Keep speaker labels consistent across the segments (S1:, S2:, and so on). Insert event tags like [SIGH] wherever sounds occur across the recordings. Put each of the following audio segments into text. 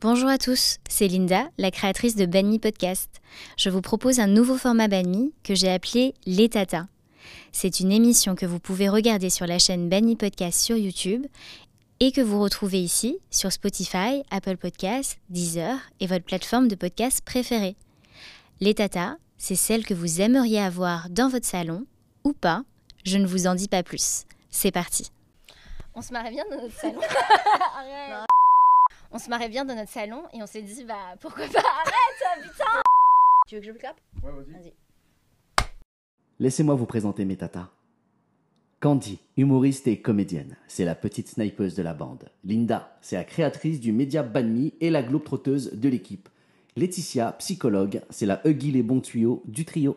S1: Bonjour à tous, c'est Linda, la créatrice de Banmi Podcast. Je vous propose un nouveau format Banmi que j'ai appelé Les Tata. C'est une émission que vous pouvez regarder sur la chaîne Banmi Podcast sur YouTube et que vous retrouvez ici sur Spotify, Apple Podcasts, Deezer et votre plateforme de podcast préférée. Les Tata, c'est celle que vous aimeriez avoir dans votre salon ou pas, je ne vous en dis pas plus. C'est parti.
S2: On se marrait bien dans [LAUGHS] notre salon. Arrête. On se marrait bien dans notre salon et on s'est dit bah pourquoi pas arrête putain. Tu veux que je le clappe
S3: Ouais, vas-y.
S4: Laissez-moi vous présenter mes tatas. Candy, humoriste et comédienne, c'est la petite snipeuse de la bande. Linda, c'est la créatrice du média Banmi et la globe-trotteuse de l'équipe. Laetitia, psychologue, c'est la Huggy les bons tuyaux du trio.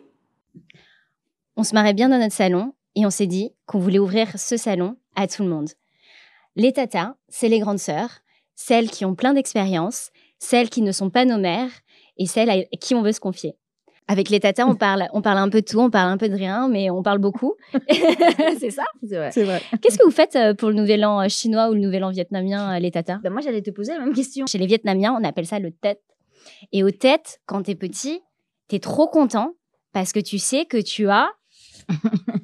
S2: On se marrait bien dans notre salon et on s'est dit qu'on voulait ouvrir ce salon à tout le monde. Les tatas, c'est les grandes sœurs, celles qui ont plein d'expérience, celles qui ne sont pas nos mères et celles à qui on veut se confier. Avec les tatas, on parle, on parle un peu de tout, on parle un peu de rien, mais on parle beaucoup. c'est ça
S5: C'est vrai.
S6: C'est vrai.
S2: Qu'est-ce que vous faites euh, pour le nouvel an euh, chinois ou le nouvel an vietnamien, euh, les tatas
S5: Bah, moi, j'allais te poser la même question.
S2: Chez les Vietnamiens, on appelle ça le tête. Et au tête, quand t'es petit, t'es trop content parce que tu sais que tu as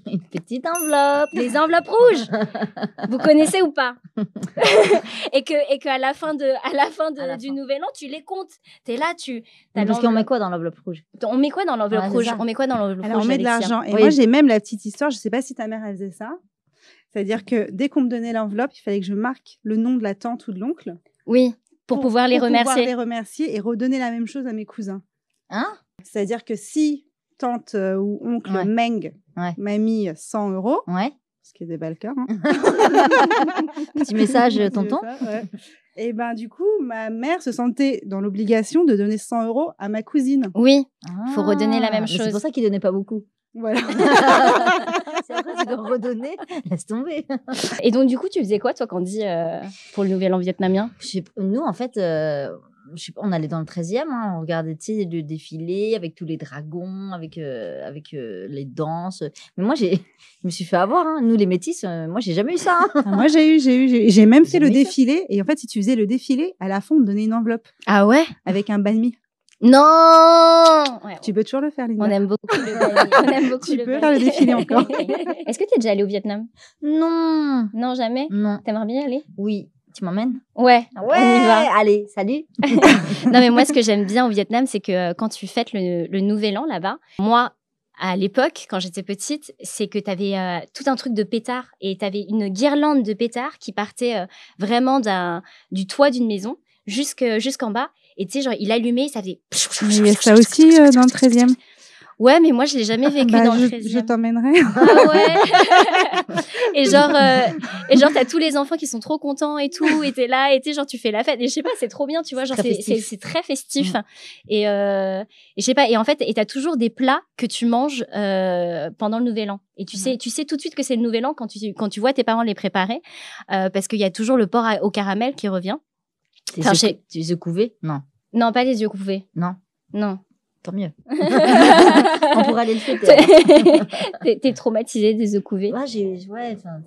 S2: une petite enveloppe, les enveloppes rouges.
S6: [LAUGHS]
S2: Vous connaissez ou pas Et que et qu'à la fin de à la fin, de-
S5: À la
S2: du
S5: fin.
S2: nouvel an, tu les comptes. T'es là, tu t'as
S5: Mais Parce qu'on
S2: l'enveloppe-
S5: met quoi dans l'enveloppe rouge
S2: on met quoi dans l'enveloppe
S5: Ouais, c'est
S2: rouge
S5: ça.
S2: On met quoi dans l'enveloppe
S6: Alors,
S2: rouge
S6: on met de
S2: Alexia
S6: l'argent. Et
S5: Oui.
S6: moi, j'ai même la petite histoire, je ne sais pas si ta mère, elle faisait ça. C'est-à-dire que dès qu'on me donnait l'enveloppe, il fallait que je marque le nom de la tante ou de l'oncle.
S2: Oui, pour, pouvoir les remercier.
S6: les remercier et redonner la même chose à mes cousins.
S5: Hein
S6: C'est-à-dire que si tante euh, ou oncle
S5: Ouais.
S6: Meng
S5: Ouais.
S6: m'a mis 100 euros,
S5: Ouais.
S6: ce qui est des bas le cœur, hein,
S5: Petit
S6: [LAUGHS]
S5: message, euh,
S6: c'est
S5: tonton.
S6: ça, ouais. Et ben du coup, ma mère se sentait dans l'obligation de donner 100 euros à ma cousine.
S2: Oui,
S5: Il
S2: Faut redonner la même chose.
S5: Ah, C'est pour ça qu'il donnait pas beaucoup.
S6: Voilà.
S5: c'est après, tu dois redonner. Laisse tomber.
S2: et donc du coup, tu faisais quoi toi quand dit euh, pour le nouvel an vietnamien
S5: Je sais p- nous, en fait, euh, je sais pas, on allait dans le 13e, hein, on regardait tu sais, le défilé avec tous les dragons, avec, euh, avec euh, les danses. Mais moi, j'ai- [LAUGHS] je me suis fait avoir. hein. Nous, les métis, euh, moi, j'ai jamais eu ça. hein.
S6: Ah, Moi, j'ai eu, j'ai eu, j'ai eu. J'ai même fait le
S5: J'ai mis ça.
S6: défilé. Et en fait, si tu faisais le défilé, à la fin, on te donnait une enveloppe
S2: Ah ouais
S6: avec un banh mi.
S2: Non Ouais,
S6: Tu peux toujours le faire, Linda.
S2: On aime beaucoup
S6: [LAUGHS]
S2: le Bali. On aime beaucoup
S6: Tu
S2: le
S6: peux
S2: Bali.
S6: faire le défilé encore.
S2: [LAUGHS] Est-ce que tu es déjà allée au Vietnam
S5: Non.
S2: Non, jamais.
S5: Non.
S2: T'aimerais bien y aller
S5: Oui. Tu m'emmènes
S2: Ouais, on y va.
S5: Allez, salut.
S2: Non, mais moi, ce que j'aime bien au Vietnam, c'est que euh, quand tu fêtes le, le nouvel an là-bas, moi, à l'époque, quand j'étais petite, c'est que tu avais tout un truc de pétard et tu avais une guirlande de pétard qui partait euh, vraiment d'un- du toit d'une maison jusque- jusqu'en bas. Et tu sais, genre, il allumait, ça faisait.
S6: Mais il y a ça aussi euh, dans le 13e.
S2: Ouais, mais moi, je l'ai jamais vécu
S6: Bah,
S2: dans
S6: je
S2: le
S6: je
S2: 13e.
S6: t'emmènerai.
S2: Ah ouais. et genre, euh, et genre, t'as tous les enfants qui sont trop contents et tout, et t'es là, et t'es genre, tu fais la fête. Et je sais pas, c'est trop bien, tu vois,
S5: C'est
S2: genre,
S5: très
S2: c'est-
S5: festif. Mm.
S2: c'est c'est très festif. Et, euh, et je sais pas, et en fait, et t'as toujours des plats que tu manges euh, pendant le nouvel an. Et
S5: Mm.
S2: tu sais, tu sais tout de suite que c'est le nouvel an quand tu, quand tu vois tes parents les préparer, euh, parce qu'il y a toujours le porc à- au caramel qui revient.
S5: T'es
S2: Enfin,
S5: secou-
S2: j'ai-
S5: Tu es secouvé Non.
S2: Non, pas les yeux coupés.
S5: Non.
S2: Non.
S5: Tant mieux. [LAUGHS] on pourrait aller le
S2: [LAUGHS] hein.
S5: fêter.
S2: T'es t'es traumatisée des œufs couvés.
S5: Ouais, j'ai- ouais, enfin,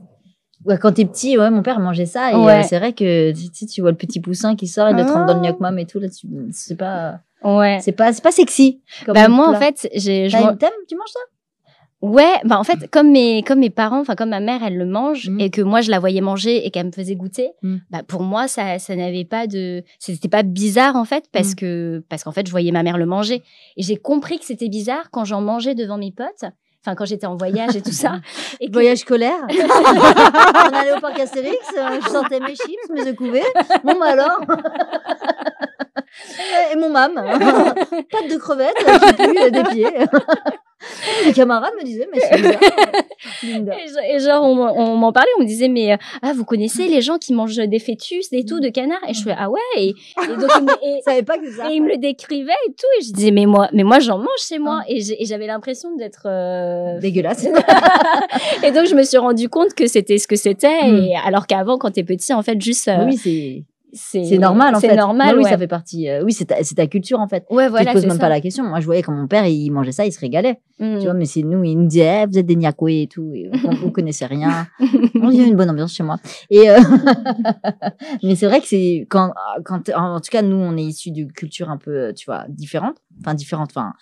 S5: ouais, quand t'es petit, ouais, mon père mangeait ça. Et euh,
S2: Ouais.
S5: c'est vrai que tu, tu- tu vois le petit poussin qui sort et le
S6: Ah.
S5: trempe dans le gnoc mam et tout. Là, tu- c'est pas,
S2: Ouais.
S5: c'est pas, c'est pas sexy. comme
S2: Bah, moi, en
S5: plat.
S2: fait, j'ai. je
S5: T'as-
S2: m'en-
S5: t'aimes, tu manges ça
S2: Ouais, bah en fait, comme mes, comme mes parents, enfin comme ma mère, elle le mange
S5: Mhm.
S2: et que moi je la voyais manger et qu'elle me faisait goûter,
S5: Mhm.
S2: bah pour moi ça, ça n'avait pas de, c'était pas bizarre en fait parce
S5: Mhm.
S2: que parce qu'en fait je voyais ma mère le manger et j'ai compris que c'était bizarre quand j'en mangeais devant mes potes, enfin quand j'étais en voyage et tout ça. et que-
S5: Voyage [LAUGHS] scolaire. on allait au parc Astérix, euh, je sentais mes chips, mes œufs couvés. Bon, bah alors. [LAUGHS] et mon mam. [LAUGHS] Pâte de crevettes, j'ai plus euh, des pieds. [LAUGHS] Mes camarades me disaient, mais c'est bizarre. Linda.
S2: Et je- Et genre, on, m'en- on m'en parlait, on me disait, mais euh, ah, vous connaissez les gens qui mangent des fœtus, des tout, de canard Et je fais, ah ouais Et, et donc, ils me- et-
S5: Je savais pas que ça.
S2: Et il me le décrivait et tout. Et je disais, mais moi, mais moi j'en mange chez moi. Et j'ai- et j'avais l'impression d'être. euh,
S5: Dégueulasse.
S2: Et donc, je me suis rendu compte que c'était ce que c'était.
S5: Mm.
S2: Et alors qu'avant, quand t'es petit, en fait, juste. euh,
S5: oui, c'est. C'est normal en fait.
S2: C'est normal,
S5: Oui, oui,
S2: ouais.
S5: ça fait partie. euh, oui, c'est ta, c'est ta culture en fait.
S2: Ouais, voilà,
S5: tu te poses
S2: c'est
S5: même
S2: ça.
S5: pas la question. Moi, je voyais quand mon père il mangeait ça, il se régalait.
S2: Mm.
S5: Tu vois, mais c'est nous, il nous disait Eh, vous êtes des niakoués et tout. Et on, on connaissait rien. On il y a une bonne ambiance chez moi. Et euh, [LAUGHS] mais c'est vrai que c'est quand quand t'es- en, en tout cas nous, on est issus de cultures un peu, euh, tu vois, différentes. Enfin différentes. Enfin.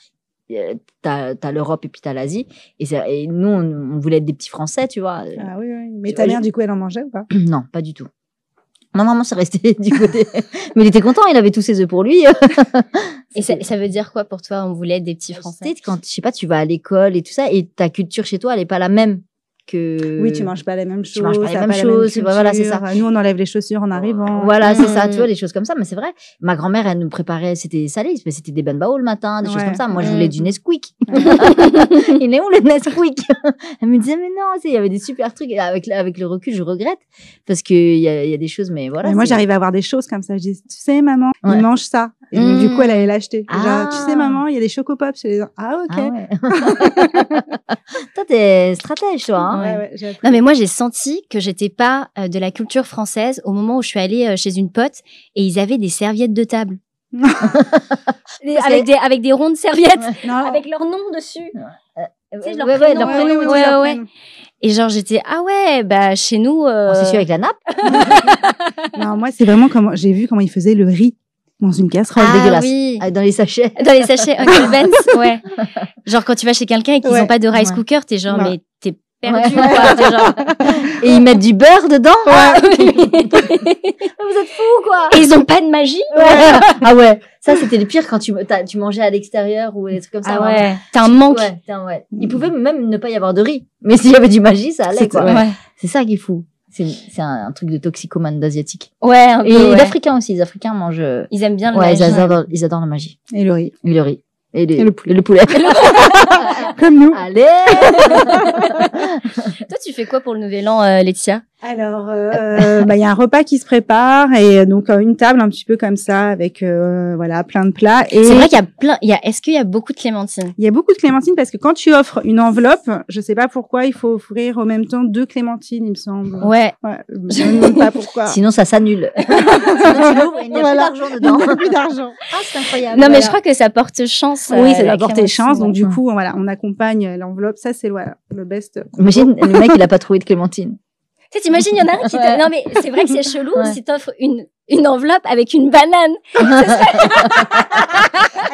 S5: euh, T'as as, l'Europe et puis t'as l'Asie. Et, c'est- et nous, on, on voulait être des petits Français, tu vois.
S6: Ah oui, oui. Mais
S5: Tu
S6: ta
S5: vois,
S6: mère,
S5: je-
S6: du coup, elle en mangeait ou pas
S5: [CLEARS THROAT] Non, pas du tout. Non, maman, c'est resté [LAUGHS] du côté. Mais il était content, il avait tous ses œufs pour [LAUGHS] lui.
S2: Et ça, ça veut dire quoi pour toi On voulait être des petits Français
S5: Peut-être quand, je sais pas, tu vas à l'école et tout ça, et ta culture chez toi, elle est pas la même que.
S6: Oui, tu manges pas les mêmes choses.
S5: Euh, tu manges pas les
S6: t'as
S5: mêmes choses,
S6: culture.
S5: voilà, c'est ça.
S6: Nous, on enlève les chaussures en arrivant.
S5: Voilà, c'est ça,
S2: Mm.
S5: tu vois, les choses comme ça. Mais c'est vrai, ma grand-mère, elle nous préparait, c'était salé, mais c'était des bains le matin, des choses
S6: Ouais.
S5: comme ça. Moi, je
S2: Mm.
S5: voulais du Nesquik. [LAUGHS] il est où le Nesquik [LAUGHS] Elle me disait, mais non, c'est- il y avait des super trucs. Et avec, avec le recul, je regrette, parce qu'il y a, il y a des choses, mais voilà.
S6: Mais moi,
S5: c'est-
S6: j'arrive à avoir des choses comme ça. Je dis, tu sais, maman,
S5: Ouais. Mmh.
S6: il mange ça. Et donc, du
S2: Mm.
S6: coup, elle allait l'acheter. Et
S5: Ah.
S6: Genre, tu sais, maman, il y a des chocopops chez les gens. Ah, ok.
S5: Ah ouais. [LAUGHS] toi, t'es stratège, toi. hein.
S2: ouais.
S6: Ouais, ouais, j'ai appris.
S2: Non, mais moi, j'ai senti que j'étais pas euh, de la culture française au moment où je suis allée euh, chez une pote et ils avaient des serviettes de
S5: [LAUGHS]
S2: table. Des-
S5: Parce
S2: avec, des, avec des rondes serviettes,
S6: Non.
S2: avec leur nom dessus.
S5: Euh,
S2: Tu sais, leur
S5: ouais, ouais,
S2: prénom,
S5: leur
S2: ouais,
S5: prénom,
S2: ouais,
S5: ouais.
S6: oui, leur
S2: ouais.
S6: prénom.
S2: Et genre, j'étais, ah ouais, bah chez nous. euh,
S5: On s'essuie avec la nappe.
S6: Non, moi, c'est vraiment comment j'ai vu comment ils faisaient le riz dans une casserole.
S2: ah,
S5: dégueulasse.
S2: oui.
S5: Ah, Dans les sachets. [LAUGHS]
S2: Dans les sachets
S6: [LAUGHS]
S2: Uncle Ben's, ouais. Genre, quand tu vas chez quelqu'un et qu'ils n'ont
S6: Ouais.
S2: pas de rice
S5: Ouais.
S2: cooker, t'es genre,
S6: Ouais.
S2: mais t'es perdu,
S5: Ouais.
S2: quoi. T'es genre,
S5: Et ils mettent du beurre dedans Ah,
S2: et
S5: [LAUGHS] Vous êtes fous, quoi
S2: ils ont pas de magie
S5: Ah ouais, ça c'était le pire quand tu, t'as- tu mangeais à l'extérieur ou des trucs comme ça. hein.
S2: T'as un manque. Mm.
S5: Ouais, putain, ouais. Il pouvait même ne pas y avoir de riz. Mais s'il y avait du magie, ça allait,
S6: C'était-
S5: quoi.
S2: Ouais.
S5: C'est ça qui est fou. C'est c'est un, un truc de toxicomane d'asiatique.
S2: Ouais, un peu,
S5: Et
S2: ouais. Ah,
S5: d'africains aussi. Les africains mangent. euh,
S2: Ils aiment bien le
S5: Ouais, ils
S2: magie.
S5: adorent, ils adorent la magie.
S6: Et le riz.
S5: Et le riz. Et, les-
S6: Et le poulet.
S5: Et le poulet. [LAUGHS]
S6: Comme nous.
S5: Allez
S2: Toi, tu fais quoi pour le nouvel an, euh, Laetitia
S6: Alors, euh, bah, il y a un repas qui se prépare et donc euh, une table un petit peu comme ça avec euh, voilà plein de plats. Et
S2: C'est vrai qu'il y a plein. Il y a. Est-ce qu'il y a beaucoup de clémentines
S6: il y a beaucoup de clémentines parce que quand tu offres une enveloppe, je sais pas pourquoi il faut offrir en même temps deux clémentines, il me semble.
S2: Ouais.
S6: Ouais, je ne demande pas
S2: [LAUGHS]
S6: pourquoi.
S5: Sinon, ça s'annule. Sinon, tu l'ouvres et il n'y a
S6: Voilà.
S5: plus d'argent
S6: Il n'y a
S5: dedans.
S6: plus d'argent.
S5: Ah, c'est incroyable.
S2: Non, mais
S6: Voilà.
S2: je crois que ça porte chance. euh,
S6: Oui, ça
S2: la
S6: doit porter
S2: clémentine.
S6: chance. Donc du
S5: ouais.
S6: coup, voilà, on accompagne l'enveloppe. Ça, c'est voilà, le best.
S5: Imagine, le mec, il a pas trouvé de clémentine.
S2: Tu sais, t'imagines, il y en a un qui. te-
S5: Ouais.
S2: Non, mais c'est vrai que c'est chelou
S5: Ouais.
S2: si t'offres une une enveloppe avec une banane.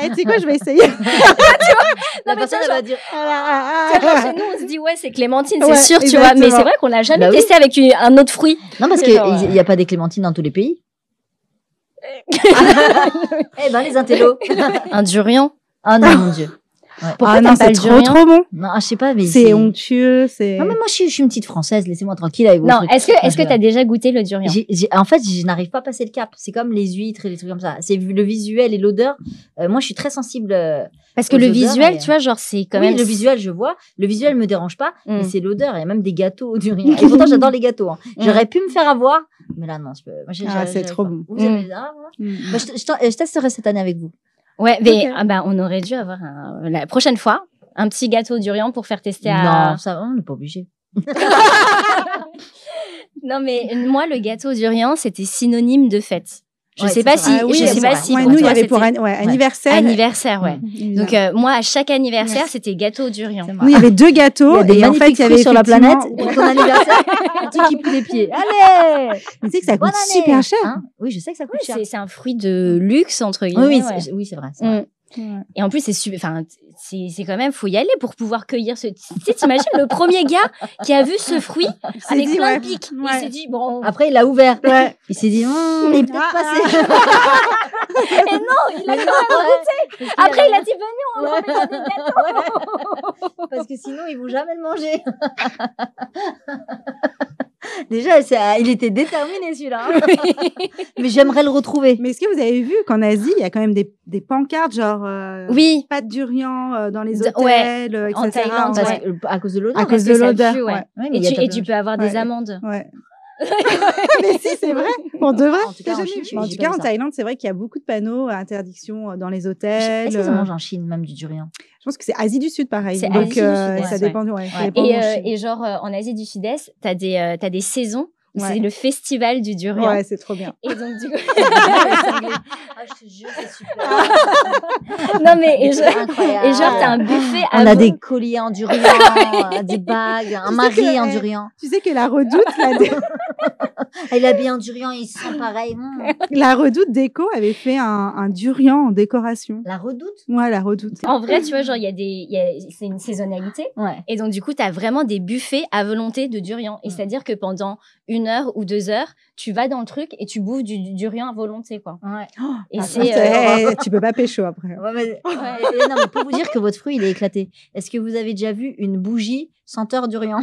S6: Eh, tu sais quoi, je vais essayer.
S2: Non, mais tiens, genre-
S5: dire.
S6: Ah, ah,
S2: tiens, genre,
S6: ah.
S2: chez nous, on se dit ouais, c'est clémentine,
S6: Ouais,
S2: c'est sûr, tu vois.
S6: exactement.
S2: Mais c'est vrai qu'on l'a jamais
S5: Bah oui.
S2: testé avec une- un autre fruit.
S5: Non, parce
S2: C'est genre,
S5: qu'il n'y a pas des clémentines dans tous les pays. eh ben, les intellos.
S2: Un durian.
S5: Ah non, mon Dieu.
S2: [LAUGHS] Pourquoi
S6: Ah non,
S2: t'aimes pas
S6: c'est
S2: le
S6: trop
S2: durian
S6: trop bon.
S5: Non, ah, je sais pas, mais.
S6: C'est onctueux, c'est.
S5: Non, mais moi, je suis, je suis une petite française. Laissez-moi tranquille avec vos
S2: Non,
S5: trucs.
S2: est-ce que est-ce que
S5: Moi,
S2: t'as déjà goûté le durian
S5: j'ai- j'ai- en fait, je n'arrive pas à passer le cap. C'est comme les huîtres et les trucs comme ça. C'est le visuel et l'odeur. Euh, moi, je suis très sensible. euh,
S2: Parce que
S5: aux
S2: le
S5: odeurs,
S2: visuel,
S5: mais-
S2: tu vois, genre c'est quand
S5: oui,
S2: même
S5: le visuel, je vois. Le visuel me dérange pas, mais
S2: Mm.
S5: c'est l'odeur. Il y a même des gâteaux [LAUGHS] du rien.
S6: [LAUGHS]
S5: Et pourtant, j'adore les gâteaux. hein. J'aurais pu me faire avoir, mais là, non, je peux. moi, j'ai-
S6: Mm. Ah,
S5: j'ai-
S6: c'est
S5: j'arrive
S6: trop
S5: pas.
S6: bon.
S5: Vous avez- ah, voilà.
S6: Mm.
S5: Bah, je, je t'en- je testerai cette année avec vous.
S2: Ouais, mais
S6: Ok.
S2: ah bah, on aurait dû avoir un- la prochaine fois un petit gâteau durian pour faire tester à.
S5: Non, ça, on n'est pas obligé.
S2: Non, mais moi, le gâteau durian, c'était synonyme de fête. Je
S5: Ouais,
S2: sais
S5: c'est
S2: pas
S5: vrai.
S2: si,
S5: Ah oui,
S2: je
S5: c'est
S2: sais pas
S5: vrai.
S2: si
S6: Ouais,
S2: pour
S6: nous, il y
S2: toi,
S6: avait pour
S2: c'était
S6: an- ouais, anniversaire.
S2: anniversaire, ouais.
S5: Mm.
S6: Évidemment.
S2: Donc euh, moi, à chaque anniversaire,
S6: Yes.
S2: c'était gâteau durian.
S6: Nous, il y avait deux gâteaux.
S5: Il y
S6: et
S5: a des
S6: en fait,
S5: magnifiques
S6: il y
S5: fruits
S6: avait
S5: sur la planète.
S6: effectivement-
S5: Et ton anniversaire, un petit qui pue
S2: [LAUGHS]
S5: les pieds. Allez
S6: Mais [LAUGHS] Tu sais que ça
S5: Bonne
S6: coûte
S5: année
S6: super cher.
S5: Hein Oui, je sais que ça coûte
S2: Oui,
S5: cher.
S2: c'est c'est un fruit de luxe entre
S5: Oui,
S2: guillemets.
S5: oui,
S2: ouais.
S5: c'est- oui, c'est vrai. c'est vrai.
S2: Mm. Et en plus, c'est su- enfin, c'est c'est quand même faut y aller pour pouvoir cueillir ce. Tu sais, t'imagines le premier gars qui a vu ce fruit
S6: Il s'est
S2: avec
S6: dit,
S2: plein
S6: ouais.
S2: de pics. Il
S6: Ouais.
S2: s'est dit bon,
S5: Après, il l'a ouvert.
S6: Ouais.
S5: Il s'est dit, Hum, il est peut-être
S6: Ah,
S5: passé.
S2: et non, oh, il a
S5: Ouais. Parce qu'il
S2: Après, il a
S5: avait-
S2: dit venez, on
S5: Ouais.
S2: va faire des
S5: Ouais. ah. [LAUGHS] Parce que sinon, ils vont jamais le manger. [LAUGHS] Déjà, c'est- ah, il était déterminé [LAUGHS] celui-là. hein. Mais j'aimerais le retrouver.
S6: Mais est-ce que vous avez vu qu'en Asie, il y a quand même des, des pancartes genre euh,
S2: Oui,
S6: pas de durian euh, dans les
S2: De-
S6: hôtels, euh,
S2: en
S6: etc.
S2: Thaïlande,
S5: Parce
S2: Ouais.
S5: que- euh, à cause de l'odeur.
S6: À cause
S2: que
S6: de
S2: ça
S6: l'odeur.
S2: pue, ouais.
S6: ouais.
S5: Ouais,
S2: et
S5: mais il y a
S2: tu,
S5: pas
S2: et
S5: de-
S2: tu peux avoir des
S6: Ouais.
S2: amendes.
S6: Ouais. mais si, c'est vrai. Pour de vrai.
S5: En tout cas,
S6: J'ai
S5: en
S6: jamais
S5: Chine,
S6: vu.
S5: j'ai
S6: en,
S5: jamais
S6: tout cas,
S5: vu
S6: en
S5: ça.
S6: Thaïlande, c'est vrai qu'il y a beaucoup de panneaux à interdiction euh, dans les hôtels.
S5: Est-ce qu'ils en
S6: euh,
S5: mangent en Chine, même du durian [LAUGHS]
S6: Je pense que c'est Asie du Sud, pareil.
S2: C'est
S6: Donc,
S2: Asie du Sud,
S6: euh,
S2: ouais,
S6: ça
S2: ouais.
S6: dépend. du- ouais, ça
S5: Ouais.
S6: dépend
S2: Et,
S6: de la
S2: euh,
S6: Chine.
S2: et genre euh, en Asie du Sud-Est, t'as des euh, t'as des saisons C'est
S6: Ouais.
S2: le festival du durian.
S6: Ouais, c'est trop bien.
S2: Et donc, du coup. [LAUGHS]
S5: ah, je te jure, c'est super. Ah,
S2: non, mais. Et, genre-
S5: Incroyable.
S2: et genre, t'as un buffet
S5: Ah. On
S2: à
S5: a
S2: vous.
S5: des colliers en durian, euh, des bagues, un
S6: sais
S5: mari
S6: que-
S5: en durian.
S6: Tu sais que la redoute, la, dé- [LAUGHS]
S5: Elle est habillée en durian, ils sont pareils. Mmh.
S6: la redoute déco avait fait un, un durian en décoration.
S5: La redoute
S6: Ouais, la redoute.
S2: En vrai, tu vois, genre, il y a des. il y a- C'est une saisonnalité.
S5: Ouais.
S2: Et donc, du coup, tu as vraiment des buffets à volonté de durian. Et
S5: Mm.
S2: c'est-à-dire que pendant une heure ou deux heures, tu vas dans le truc et tu bouffes du, du durian à volonté, quoi.
S5: Ouais.
S2: Et
S5: Ah,
S6: Tu
S2: c'est. euh,
S6: sais, eh, tu peux pas pécho après. hein.
S5: Ouais, mais- Et non, mais pour vous dire que votre fruit, il est éclaté. Est-ce que vous avez déjà vu une bougie senteur [LAUGHS] durian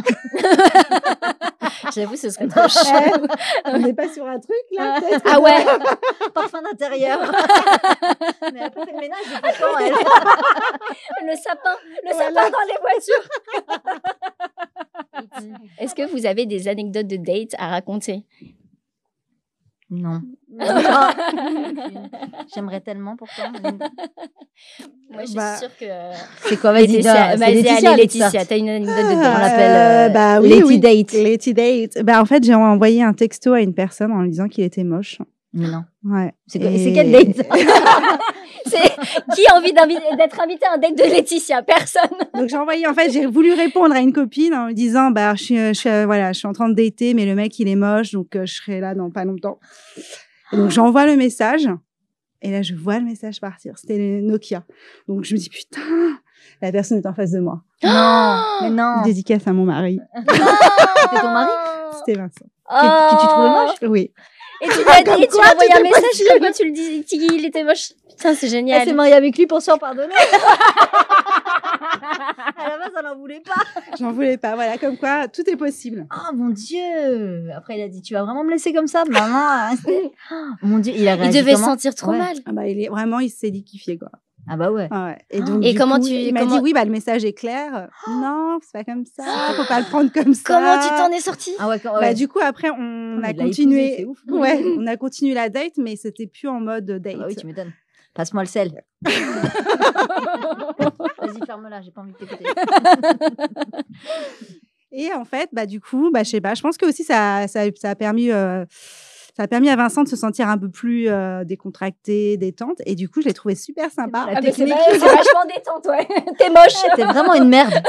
S2: J'avoue, ce serait trop chaud.
S6: On n'est pas sur un truc là peut-être
S2: Ah ouais
S5: Parfum [LAUGHS] d'intérieur. mais elle a pas fait le ménage depuis quand, elle
S2: Le sapin Le sapin dans les voitures Est-ce que vous avez des anecdotes de date à raconter
S5: Non. Ah. J'aimerais tellement pourtant.
S2: Moi, je suis
S6: Bah,
S2: sûre que.
S5: Eh ben, C'est quoi Vas-y,
S2: Laetitia,
S5: Létitia,
S2: vas-y, allez, bah, Laetitia,
S5: l'experte.
S2: t'as une anecdote de
S5: On
S6: Ah,
S2: date.
S5: l'appelle euh,
S6: euh, [LAUGHS] bah oui,
S5: Lady
S6: oui.
S5: Date.
S6: Letty Date. Bah, en fait, j'ai envoyé un texto à une personne en lui disant qu'il était moche.
S5: Mais non.
S6: Ouais.
S5: C'est
S6: Et-
S5: c'est quelle date
S2: C'est- Qui a envie d'invi- d'être invité à un date de Laetitia Personne
S6: Donc j'ai envoyé, en fait, j'ai voulu répondre à une copine en lui disant, bah, je suis, euh, je suis, euh, voilà, je suis en train de dater, mais le mec, il est moche, donc euh, je serai là dans pas longtemps. Et donc j'envoie le message, et là, je vois le message partir. C'était le Nokia. Donc je me dis, putain, la personne est en face de moi.
S5: [GASPS] Non,
S2: Ah.
S5: mais non.
S6: Dédicace à mon mari.
S5: C'était ton mari
S6: C'était Vincent.
S5: que
S2: Oh.
S5: tu trouvais moche
S6: Oui.
S2: Et tu lui as
S6: Comme
S2: dit, et tu
S6: quoi,
S2: as envoyé
S6: tout
S2: un
S6: est
S2: message
S6: possible.
S2: comme quoi tu le dis, Tiggy, il était moche. Putain, c'est
S5: Elle
S2: génial.
S5: s'est mariée avec lui pour s'en [LAUGHS] pardonner. à la base, elle en voulait pas.
S6: J'en voulais pas. Voilà, comme quoi, tout est possible.
S5: Oh mon dieu Après, il a dit, tu vas vraiment me laisser comme ça, Ben, maman
S2: [LAUGHS]
S5: Oh, Mon dieu, il a
S2: Il
S5: réagi
S2: devait se
S5: comment
S2: sentir trop
S5: Ouais.
S2: mal.
S6: Ah bah, il est vraiment, il s'est liquéfié, quoi.
S5: Ah bah ouais.
S6: Ah ouais. Et donc,
S2: Et
S6: du
S2: comment
S6: coup,
S2: tu-
S6: il m'a
S2: comment- Ah.
S6: dit oui, bah le message est clair. Non, c'est pas comme ça. Faut pas le prendre comme ça.
S2: Comment tu t'en es sortie
S5: Ah ouais, quand,
S6: Bah,
S5: ouais.
S6: du coup, après, on
S5: mais
S6: a
S5: il l'a épousée, c'est
S6: continué.
S5: ouf. [LAUGHS]
S6: Ouais, on a continué la date, mais c'était plus en mode date.
S5: Ah bah oui, tu m'étonnes. Passe-moi
S2: [LAUGHS]
S5: le sel. Vas-y, ferme-la, j'ai pas envie de t'écouter.
S2: Ah,
S6: Et en fait, bah du coup, bah je sais pas. Je pense que aussi ça, ça, ça a permis. euh, ça a permis à Vincent de se sentir un peu plus euh, décontracté, détente. Et du coup, je l'ai trouvé super sympa.
S5: La
S2: mais ah bah, c'est
S5: technique.
S2: vrai, c'est [LAUGHS] vachement détente, ouais. T'es moche.
S5: [LAUGHS] T'es vraiment une merde.
S2: [LAUGHS]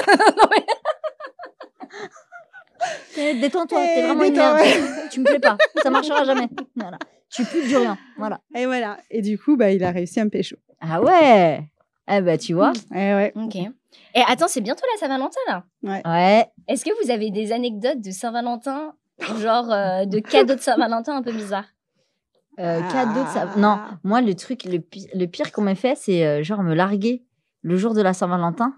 S5: Eh, Détends-toi,
S6: Eh,
S5: t'es vraiment une
S6: détends,
S5: merde. Tu me plais pas, ça marchera jamais. Voilà. Tu pues du rien. Voilà.
S6: Et voilà. Et du coup, bah, il a réussi à me pécho.
S5: Ah ouais Eh bah
S2: [LAUGHS]
S5: tu vois.
S6: Et ouais.
S2: Ok. Et attends, c'est bientôt la Saint-Valentin, là.
S5: Ouais.
S2: Est-ce que vous avez des anecdotes de Saint-Valentin, genre euh, de cadeaux de Saint-Valentin un peu bizarres
S5: Euh,
S2: Ah.
S5: Cadeau de sa... Non, moi le truc, le, pi- le pire qu'on m'ait fait, c'est euh, genre me larguer le jour de la Saint-Valentin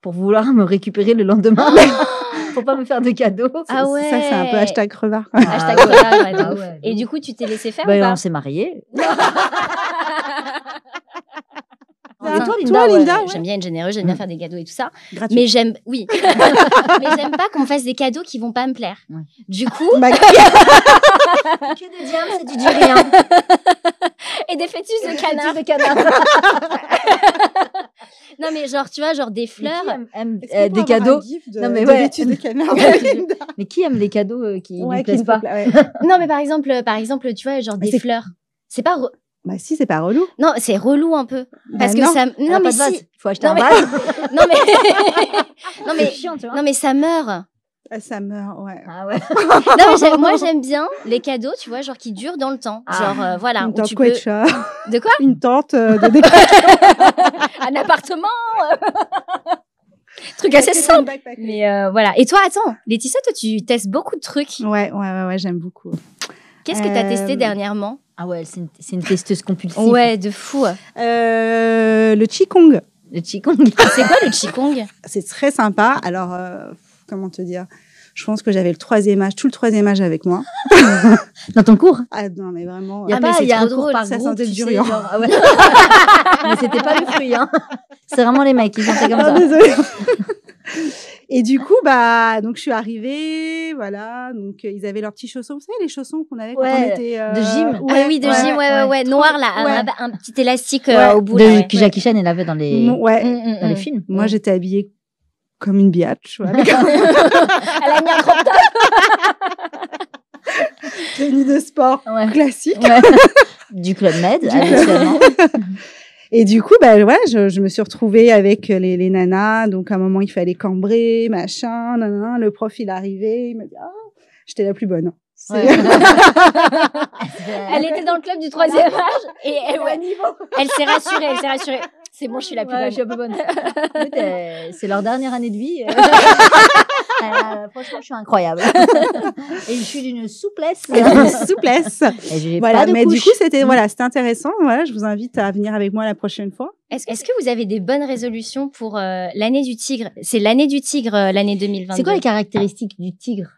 S5: pour vouloir me récupérer le lendemain. [LAUGHS] pour pas me faire de cadeau.
S2: Ah ouais.
S6: Ça, c'est un peu hashtag crevard.
S5: Ah
S2: Hashtag
S5: ouais.
S2: collab, ouais, de
S5: Ah
S2: ouf.
S5: ouais.
S2: Et du coup, tu t'es laissé faire
S5: Bah,
S2: ou pas
S5: on s'est mariés.
S6: Ah,
S5: Et toi,
S6: toi,
S5: Linda, ouais.
S6: Linda, ouais.
S2: J'aime bien être généreuse, j'aime bien faire des cadeaux et tout ça.
S6: Gratuit.
S2: Mais j'aime, oui. [LAUGHS] mais j'aime pas qu'on me fasse des cadeaux qui vont pas me plaire.
S5: Ouais.
S2: Du coup,
S6: Bah,
S5: [LAUGHS] Que des diables, c'est du durien.
S2: et des fœtus de canard. [LAUGHS] Non, mais genre, tu vois, genre des fleurs.
S5: Qui aime- aime, euh, des cadeaux. Non,
S6: non,
S5: mais
S6: mais
S5: ouais. [LAUGHS]
S6: de canard.
S5: Ouais. Mais qui aime les cadeaux euh, qui ne
S6: Ouais,
S5: lui
S6: qui ne
S5: plaisent pas
S6: pla- ouais.
S2: Non, mais par exemple, euh, par exemple, tu vois, genre
S6: Mais
S2: des
S6: c'est-
S2: fleurs. C'est pas. re-
S6: Bah si, c'est pas relou.
S2: Non, c'est relou un peu. Parce
S6: Bah
S2: que
S6: non.
S2: ça.
S5: Elle
S2: Non,
S5: a
S2: mais
S5: pas de vase.
S2: si.
S5: Faut acheter
S2: Non,
S5: un
S2: mais-
S5: vase.
S2: Non, mais. [LAUGHS] non, mais.
S5: C'est chiant, tu vois.
S2: Non, mais ça meurt.
S6: Ah, Ça meurt, ouais.
S5: Ah ouais.
S2: Non, mais j'aime- moi, j'aime bien les cadeaux, tu vois, genre qui durent dans le temps.
S5: Ah.
S2: Genre, euh, voilà.
S6: une
S2: où
S6: tente
S2: tu peux... Ah
S6: Quechua,
S2: De quoi
S6: [LAUGHS] une tente euh, de décoration.
S2: Un [LAUGHS] appartement Truc assez
S6: [LAUGHS]
S2: simple. Mais euh, voilà. Et toi, attends, Laetitia, toi, tu testes beaucoup de trucs.
S6: Ouais, ouais, ouais, ouais j'aime beaucoup.
S2: Qu'est-ce que tu as
S6: Euh,
S2: testé dernièrement
S5: Ah ouais, c'est une, c'est une testeuse compulsive.
S2: Ouais, de fou.
S6: Euh, le Qigong,
S5: Le Qigong.
S2: C'est quoi le Qigong
S6: c'est très sympa. Alors, euh, comment te dire Je pense que j'avais le troisième âge, tout le troisième âge avec moi.
S5: Dans ton cours
S6: Ah non, mais vraiment.
S5: Il y a
S2: Ah, mais
S5: pas,
S2: c'est
S5: il y a
S2: trop
S5: un cours
S2: drôle,
S5: par
S6: ça
S5: groupe,
S6: sentait le
S5: tu sais,
S6: durian.
S5: genre,
S6: [LAUGHS]
S5: ah ouais. mais c'était pas le fruit, hein. C'est vraiment les mecs qui sont comme
S6: Ah,
S5: ça.
S6: désolée. [LAUGHS] Et du coup, bah, donc je suis arrivée, voilà. Donc euh, ils avaient leurs petits chaussons, vous savez les chaussons qu'on avait quand
S5: Ouais,
S6: on était euh,
S5: de gym.
S2: Ah oui, de
S6: ouais,
S2: gym, ouais, ouais, ouais. Noir, là, un,
S6: Ouais.
S2: un petit élastique euh,
S6: Ouais.
S2: au bout.
S5: De,
S2: là, ouais.
S5: Que Bah Jackie Chan, elle avait dans les,
S6: Mon- Mmh, ouais.
S2: Mm, mm,
S5: dans les
S2: mm.
S5: films.
S6: Moi, j'étais habillée comme une biatch. ouais.
S2: Elle a mis un crop top.
S6: tenue de sport
S5: Ouais.
S6: classique.
S5: [LAUGHS] Ouais. du Club Med, habituellement.
S6: Et du coup, bah, ouais, je, je me suis retrouvée avec les, les nanas. Donc, à un moment, il fallait cambrer, machin, nanana. Le prof, il arrivait. Il m'a dit, ah, j'étais la plus bonne. C'est-
S5: Ouais. [LAUGHS]
S2: Elle était dans le club du troisième âge et
S6: Eh
S2: elle, ouais, elle s'est rassurée, elle s'est rassurée. C'est bon, je suis la plus
S5: Ouais,
S2: bonne.
S5: je suis un peu bonne. Écoute, euh, c'est leur dernière année de [LAUGHS] vie. Euh, euh, franchement, je suis incroyable. Et je suis d'une souplesse.
S6: [LAUGHS] Souplesse.
S5: [LAUGHS] Et j'ai
S6: [LAUGHS] Voilà,
S5: pas de
S6: mais
S5: couche.
S6: du coup, c'était
S5: Mm.
S6: voilà, c'était intéressant. Voilà, je vous invite à venir avec moi la prochaine fois.
S2: Est-ce que, est-ce que vous avez des bonnes résolutions pour euh, l'année du tigre C'est l'année du tigre, euh, l'année 2022.
S5: c'est quoi les caractéristiques du tigre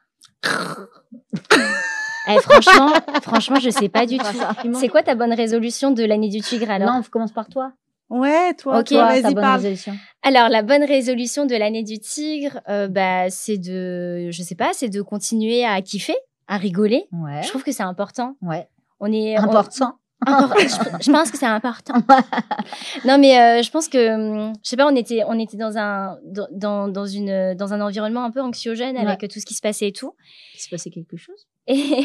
S2: Eh, franchement, franchement, je sais pas du tout. C'est
S5: C'est
S2: quoi ta bonne résolution de l'année du tigre alors
S5: Non, on commence par toi.
S6: Ouais, toi,
S2: Ok,
S6: toi,
S5: Toi, ta
S6: vas-y,
S5: bonne
S6: parle.
S5: résolution.
S2: Alors la bonne résolution de l'année du tigre, euh, bah c'est de, je sais pas, c'est de continuer à kiffer, à rigoler.
S5: Ouais.
S2: Je trouve que c'est important.
S5: Ouais.
S2: On est on- [LAUGHS]
S5: Important.
S2: Impor- je, je pense que c'est important. non, mais euh, je pense que, hum, je sais pas, on était, on était dans un, dans, dans une, dans un environnement un peu anxiogène avec euh, tout ce qui se passait et tout. [LAUGHS]
S5: Il s'est passé quelque chose
S2: Et,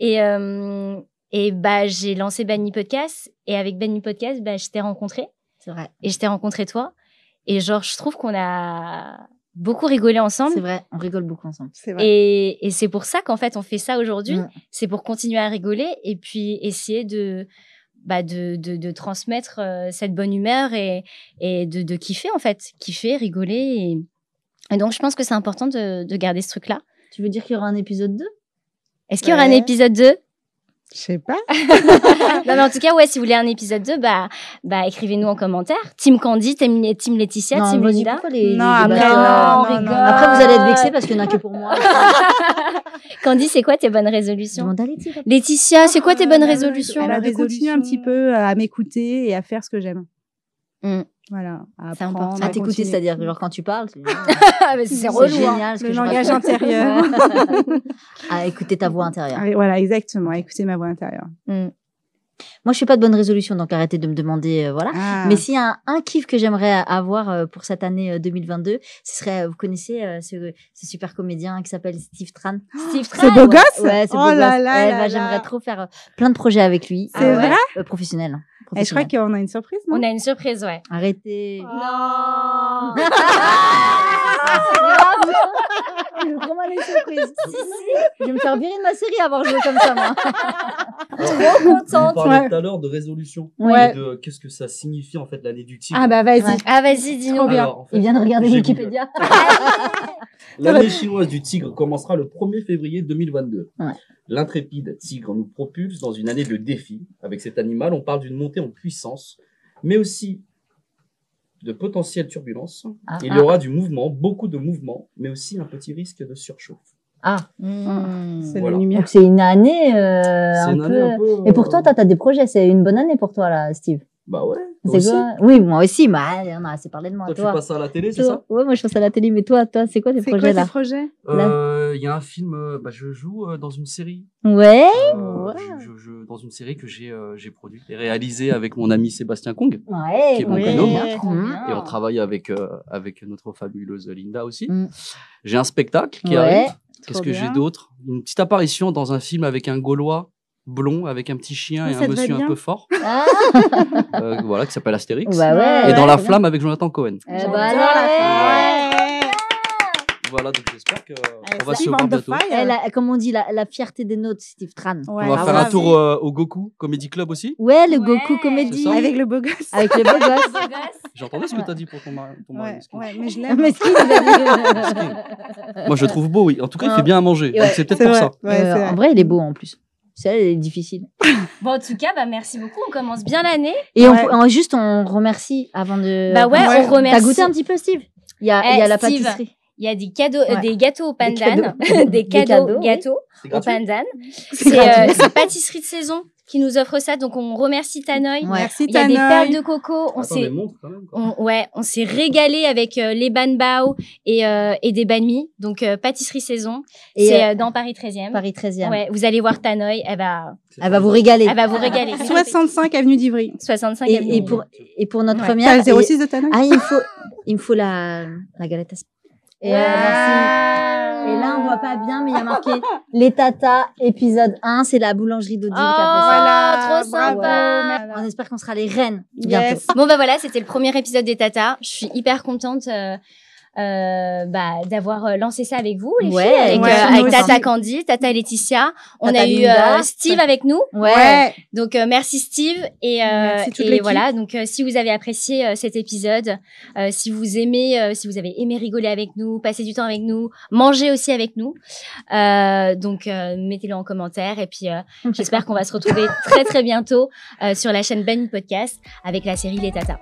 S2: et, euh, et bah, j'ai lancé Banny Podcast. Et avec Banny Podcast, bah, je t'ai rencontré.
S5: C'est vrai.
S2: Et je t'ai rencontré toi. Et genre, je trouve qu'on a beaucoup rigolé
S5: C'est
S2: ensemble.
S5: vrai. On rigole beaucoup ensemble.
S6: C'est vrai.
S2: Et, et c'est pour ça qu'en fait, on fait ça aujourd'hui.
S5: Mm.
S2: C'est pour continuer à rigoler et puis essayer de, bah, de, de, de transmettre euh, cette bonne humeur et, et de, de kiffer, en fait. Kiffer, rigoler. Et, et donc, je pense que c'est important de, de garder ce truc-là.
S5: Tu veux dire qu'il y aura un épisode 2
S2: Est-ce qu'il y aura un
S5: Ouais.
S2: épisode 2
S6: Je sais pas.
S2: [LAUGHS] Non, mais en tout cas, ouais, si vous voulez un épisode 2, bah, bah, écrivez-nous en commentaire. Team Candy, Team, team Laetitia, Team
S5: vas-y,
S2: Linda.
S5: pourquoi les- les débats,
S6: Non, après,
S5: là
S6: non,
S2: on
S6: non,
S2: rigole.
S6: non.
S5: Après, vous allez être vexés parce qu'il n'y en a que pour [LAUGHS] moi.
S2: Candy, c'est quoi tes bonnes résolutions
S5: Demande à Laetitia.
S2: Laetitia, c'est quoi tes
S5: Ah,
S2: bonnes
S6: Euh,
S2: résolutions
S6: voilà, de continuer un petit
S5: résolution.
S6: peu euh, à m'écouter et à faire ce que j'aime.
S2: Mm.
S6: Voilà. à
S2: C'est
S6: apprendre,
S2: important.
S5: À
S2: va
S5: t'écouter,
S6: continuer.
S5: c'est-à-dire que genre quand tu parles,
S6: [LAUGHS]
S5: tu-
S2: [LAUGHS] Ah, mais C'est
S5: c'est
S2: relou. hein.
S5: génial. ce
S6: Le
S5: que je
S6: langage
S5: raconte. [LAUGHS]
S6: intérieur.
S5: à écouter ta voix intérieure.
S6: Ah, Voilà, exactement. à Écouter ma voix intérieure.
S5: Mm. Moi, je suis pas de bonne résolution, donc arrêtez de me demander, euh, voilà.
S6: Ah.
S5: Mais s'il y a un, un kiff que j'aimerais a- avoir euh, pour cette année euh, 2022, ce serait, euh, vous connaissez euh, ce, ce super comédien qui s'appelle Steve
S6: [GASPS]
S5: Tran. Steve
S6: ce beau gosse
S5: Ouais, ce
S6: Oh
S5: beau gosse.
S6: là là
S5: Eh
S6: là
S5: ben,
S6: là.
S5: j'aimerais trop faire euh, plein de projets avec lui.
S6: C'est
S5: Ah ouais.
S6: vrai
S5: Euh, Professionnel. hein.
S6: Et je crois Oh.
S5: Professionnel.
S6: qu'on a une surprise, non
S2: On a une surprise, ouais.
S5: Arrêtez. [LAUGHS]
S2: Non
S5: Je prends mal les
S6: [LAUGHS]
S5: surprises. Je vais me faire virer de ma série à avoir joué comme ça, moi.
S2: Trop
S3: On
S2: contente
S3: parlait tout à l'heure de résolution
S6: Ouais.
S3: et de qu'est-ce que ça signifie en fait l'année du tigre.
S6: Ah bah vas-y.
S5: Ouais.
S2: Ah, vas-y, dis-nous.
S6: Trop bien.
S3: Alors, en fait,
S5: Il vient de regarder
S3: j'ai
S5: Wikipédia.
S3: L'année chinoise du tigre commencera le 1er février 2022.
S5: Ouais.
S3: L'intrépide tigre nous propulse dans une année de défis. Avec cet animal, on parle d'une montée en puissance, mais aussi de potentielles turbulences.
S5: Ah,
S3: Il y aura du mouvement, beaucoup de mouvement, mais aussi un petit risque de surchauffe.
S5: Ah,
S6: C'est
S2: Mmh.
S6: la
S3: Voilà.
S6: lumière.
S5: donc c'est une année euh,
S3: C'est
S5: un
S3: une
S5: peu.
S3: année un peu.
S5: Et pour toi,
S3: euh,
S5: t'as t'as des projets, c'est une bonne année pour toi là, Steve.
S3: Bah ouais.
S5: C'est
S3: toi aussi.
S5: quoi Oui, moi aussi, mais ah, on a assez parlé de moi.
S3: Toi, tu
S5: Toi,
S3: passes à la télé, c'est
S5: Toi-
S3: ça
S5: ouais, moi je passe à la télé, mais toi, toi, c'est quoi tes
S6: C'est quoi
S5: projets
S6: tes
S5: là
S6: projets
S3: Il
S5: Là.
S3: y a un film, euh, bah, je joue euh, dans une série.
S5: Ouais.
S3: Euh,
S5: Eh, ouais.
S3: je- je- je- dans une série que j'ai euh, j'ai produite et réalisée avec mon ami Sébastien Kong.
S5: Ouais.
S3: Qui est mon
S5: ouais.
S3: binôme.
S5: Mmh.
S3: Et on travaille avec, euh, avec notre fabuleuse Linda aussi.
S5: Mm.
S3: J'ai un spectacle qui
S5: Ouais,
S3: arrive. Qu'est-ce
S6: trop
S3: que j'ai
S6: bien.
S3: d'autre Une petite apparition dans un film avec un Gaulois blond, avec un petit chien
S6: Oui,
S3: et
S6: Oh, ça
S3: un
S6: te va
S3: monsieur un
S6: bien.
S3: peu
S6: [LAUGHS]
S3: fort,
S5: Ah,
S3: euh, voilà, qui s'appelle Astérix.
S5: bah ouais.
S3: et dans
S5: ouais,
S3: La
S5: c'est bien.
S3: Flamme avec Jonathan Cohen.
S5: Eh
S6: J'adore
S5: bah,
S6: la
S5: ouais.
S6: femme.
S3: Voilà, donc j'espère qu'on va
S6: Ça,
S3: se voir
S6: Band of
S3: bientôt.
S6: Fire.
S5: Eh, la- comme on dit, la, la fierté des nôtres, Steve Tran.
S6: Ouais,
S3: On va
S6: ah
S3: faire
S6: ouais.
S3: un tour euh, au Goku Comedy Club aussi.
S5: Ouais, le
S2: Ouais.
S5: Goku comédie.
S3: C'est ça
S6: Avec le beau gosse.
S5: Avec le beau gosse.
S3: J'entendais ce que
S5: Ouais.
S3: tu as dit pour ton mari. ton mari,
S6: Ouais,
S3: excuse.
S6: ouais, mais je l'aime.
S5: Mais ce qu'il a dit.
S3: Moi, je le trouve beau, oui. En tout cas, il
S5: Ouais.
S3: fait bien à manger.
S5: Ouais.
S3: Donc, C'est peut-être
S6: C'est
S3: pour
S6: vrai.
S3: ça.
S6: Ouais,
S5: Euh,
S6: c'est vrai.
S5: en vrai, il est beau en plus. Celle-là, elle est difficile.
S2: Bon, en tout cas, bah, merci beaucoup. On commence bien l'année.
S5: Et on-
S6: Ouais.
S5: on- juste, on remercie avant de.
S2: Bah ouais,
S6: Ouais.
S2: on remercie.
S5: T'as goûté un petit peu, Steve Il y a,
S2: Eh,
S5: il y a la
S2: Steve.
S5: pâtisserie.
S2: Il y a des, cadeaux, euh,
S5: Ouais.
S2: des gâteaux au pandan,
S5: cadeaux. Des
S2: [LAUGHS] des cadeaux,
S5: cadeaux, oui.
S2: gâteaux
S3: C'est
S2: au
S3: gratuit.
S2: pandan.
S5: C'est
S2: C'est euh,
S5: gratuit.
S2: c'est pâtisserie de saison qui nous offre ça. Donc, on remercie Tanoï.
S5: Ouais.
S6: Merci
S2: Il y a des perles
S6: Tanoï.
S2: de coco. On
S3: Attends,
S2: s'est
S3: mais montre quand même. quoi.
S2: On, ouais, on s'est régalé avec euh, les banbao et, euh, et des banmi, donc euh, pâtisserie saison.
S5: Et
S2: c'est
S5: euh,
S2: euh, dans Paris 13e.
S5: Paris 13e.
S2: Ouais, vous allez voir Tanoï, elle va,
S3: C'est
S5: Elle va vous
S3: formidable.
S5: régaler.
S2: elle va vous régaler.
S6: 65 avenue d'Ivry.
S2: 65
S5: et,
S2: avenue.
S5: et pour, et pour notre
S2: Ouais.
S5: première.
S6: T'as le
S5: et-
S6: 06 de Tanoï
S5: Ah, il me faut, il me faut la, la galette. à- Et, euh, merci.
S2: Ouais.
S5: Et là, on voit pas bien, mais il y a
S6: [LAUGHS]
S5: marqué Les Tata, épisode 1. C'est la boulangerie d'Odile qui a
S6: Oh, Voilà,
S2: Oh, trop
S5: fait ça.
S6: bravo.
S2: sympa.
S5: Ouais. On espère qu'on sera les reines bientôt.
S6: Yes.
S2: Bon, bah voilà, c'était le premier épisode des Tata. Je suis hyper contente euh, euh, bah, d'avoir euh, lancé ça avec vous, les
S5: Ouais,
S2: filles, avec,
S6: ouais,
S2: euh,
S6: nous
S2: avec
S6: aussi.
S2: Tata Candy, Tata Laetitia. On
S5: Tata
S2: a eu
S5: Linda.
S2: euh, Steve avec nous.
S5: Ouais.
S2: Donc euh, merci Steve et, euh,
S6: Merci toute
S2: et
S6: l'équipe.
S2: voilà donc euh, si vous avez apprécié euh, cet épisode, euh, si vous aimez, euh, si vous avez aimé rigoler avec nous, passer du temps avec nous, manger aussi avec nous, euh, donc euh, mettez-le en commentaire et
S6: [LAUGHS]
S2: puis euh, j'espère qu'on va se retrouver très très bientôt euh, sur la chaîne Banny Podcast avec la série Les Tata.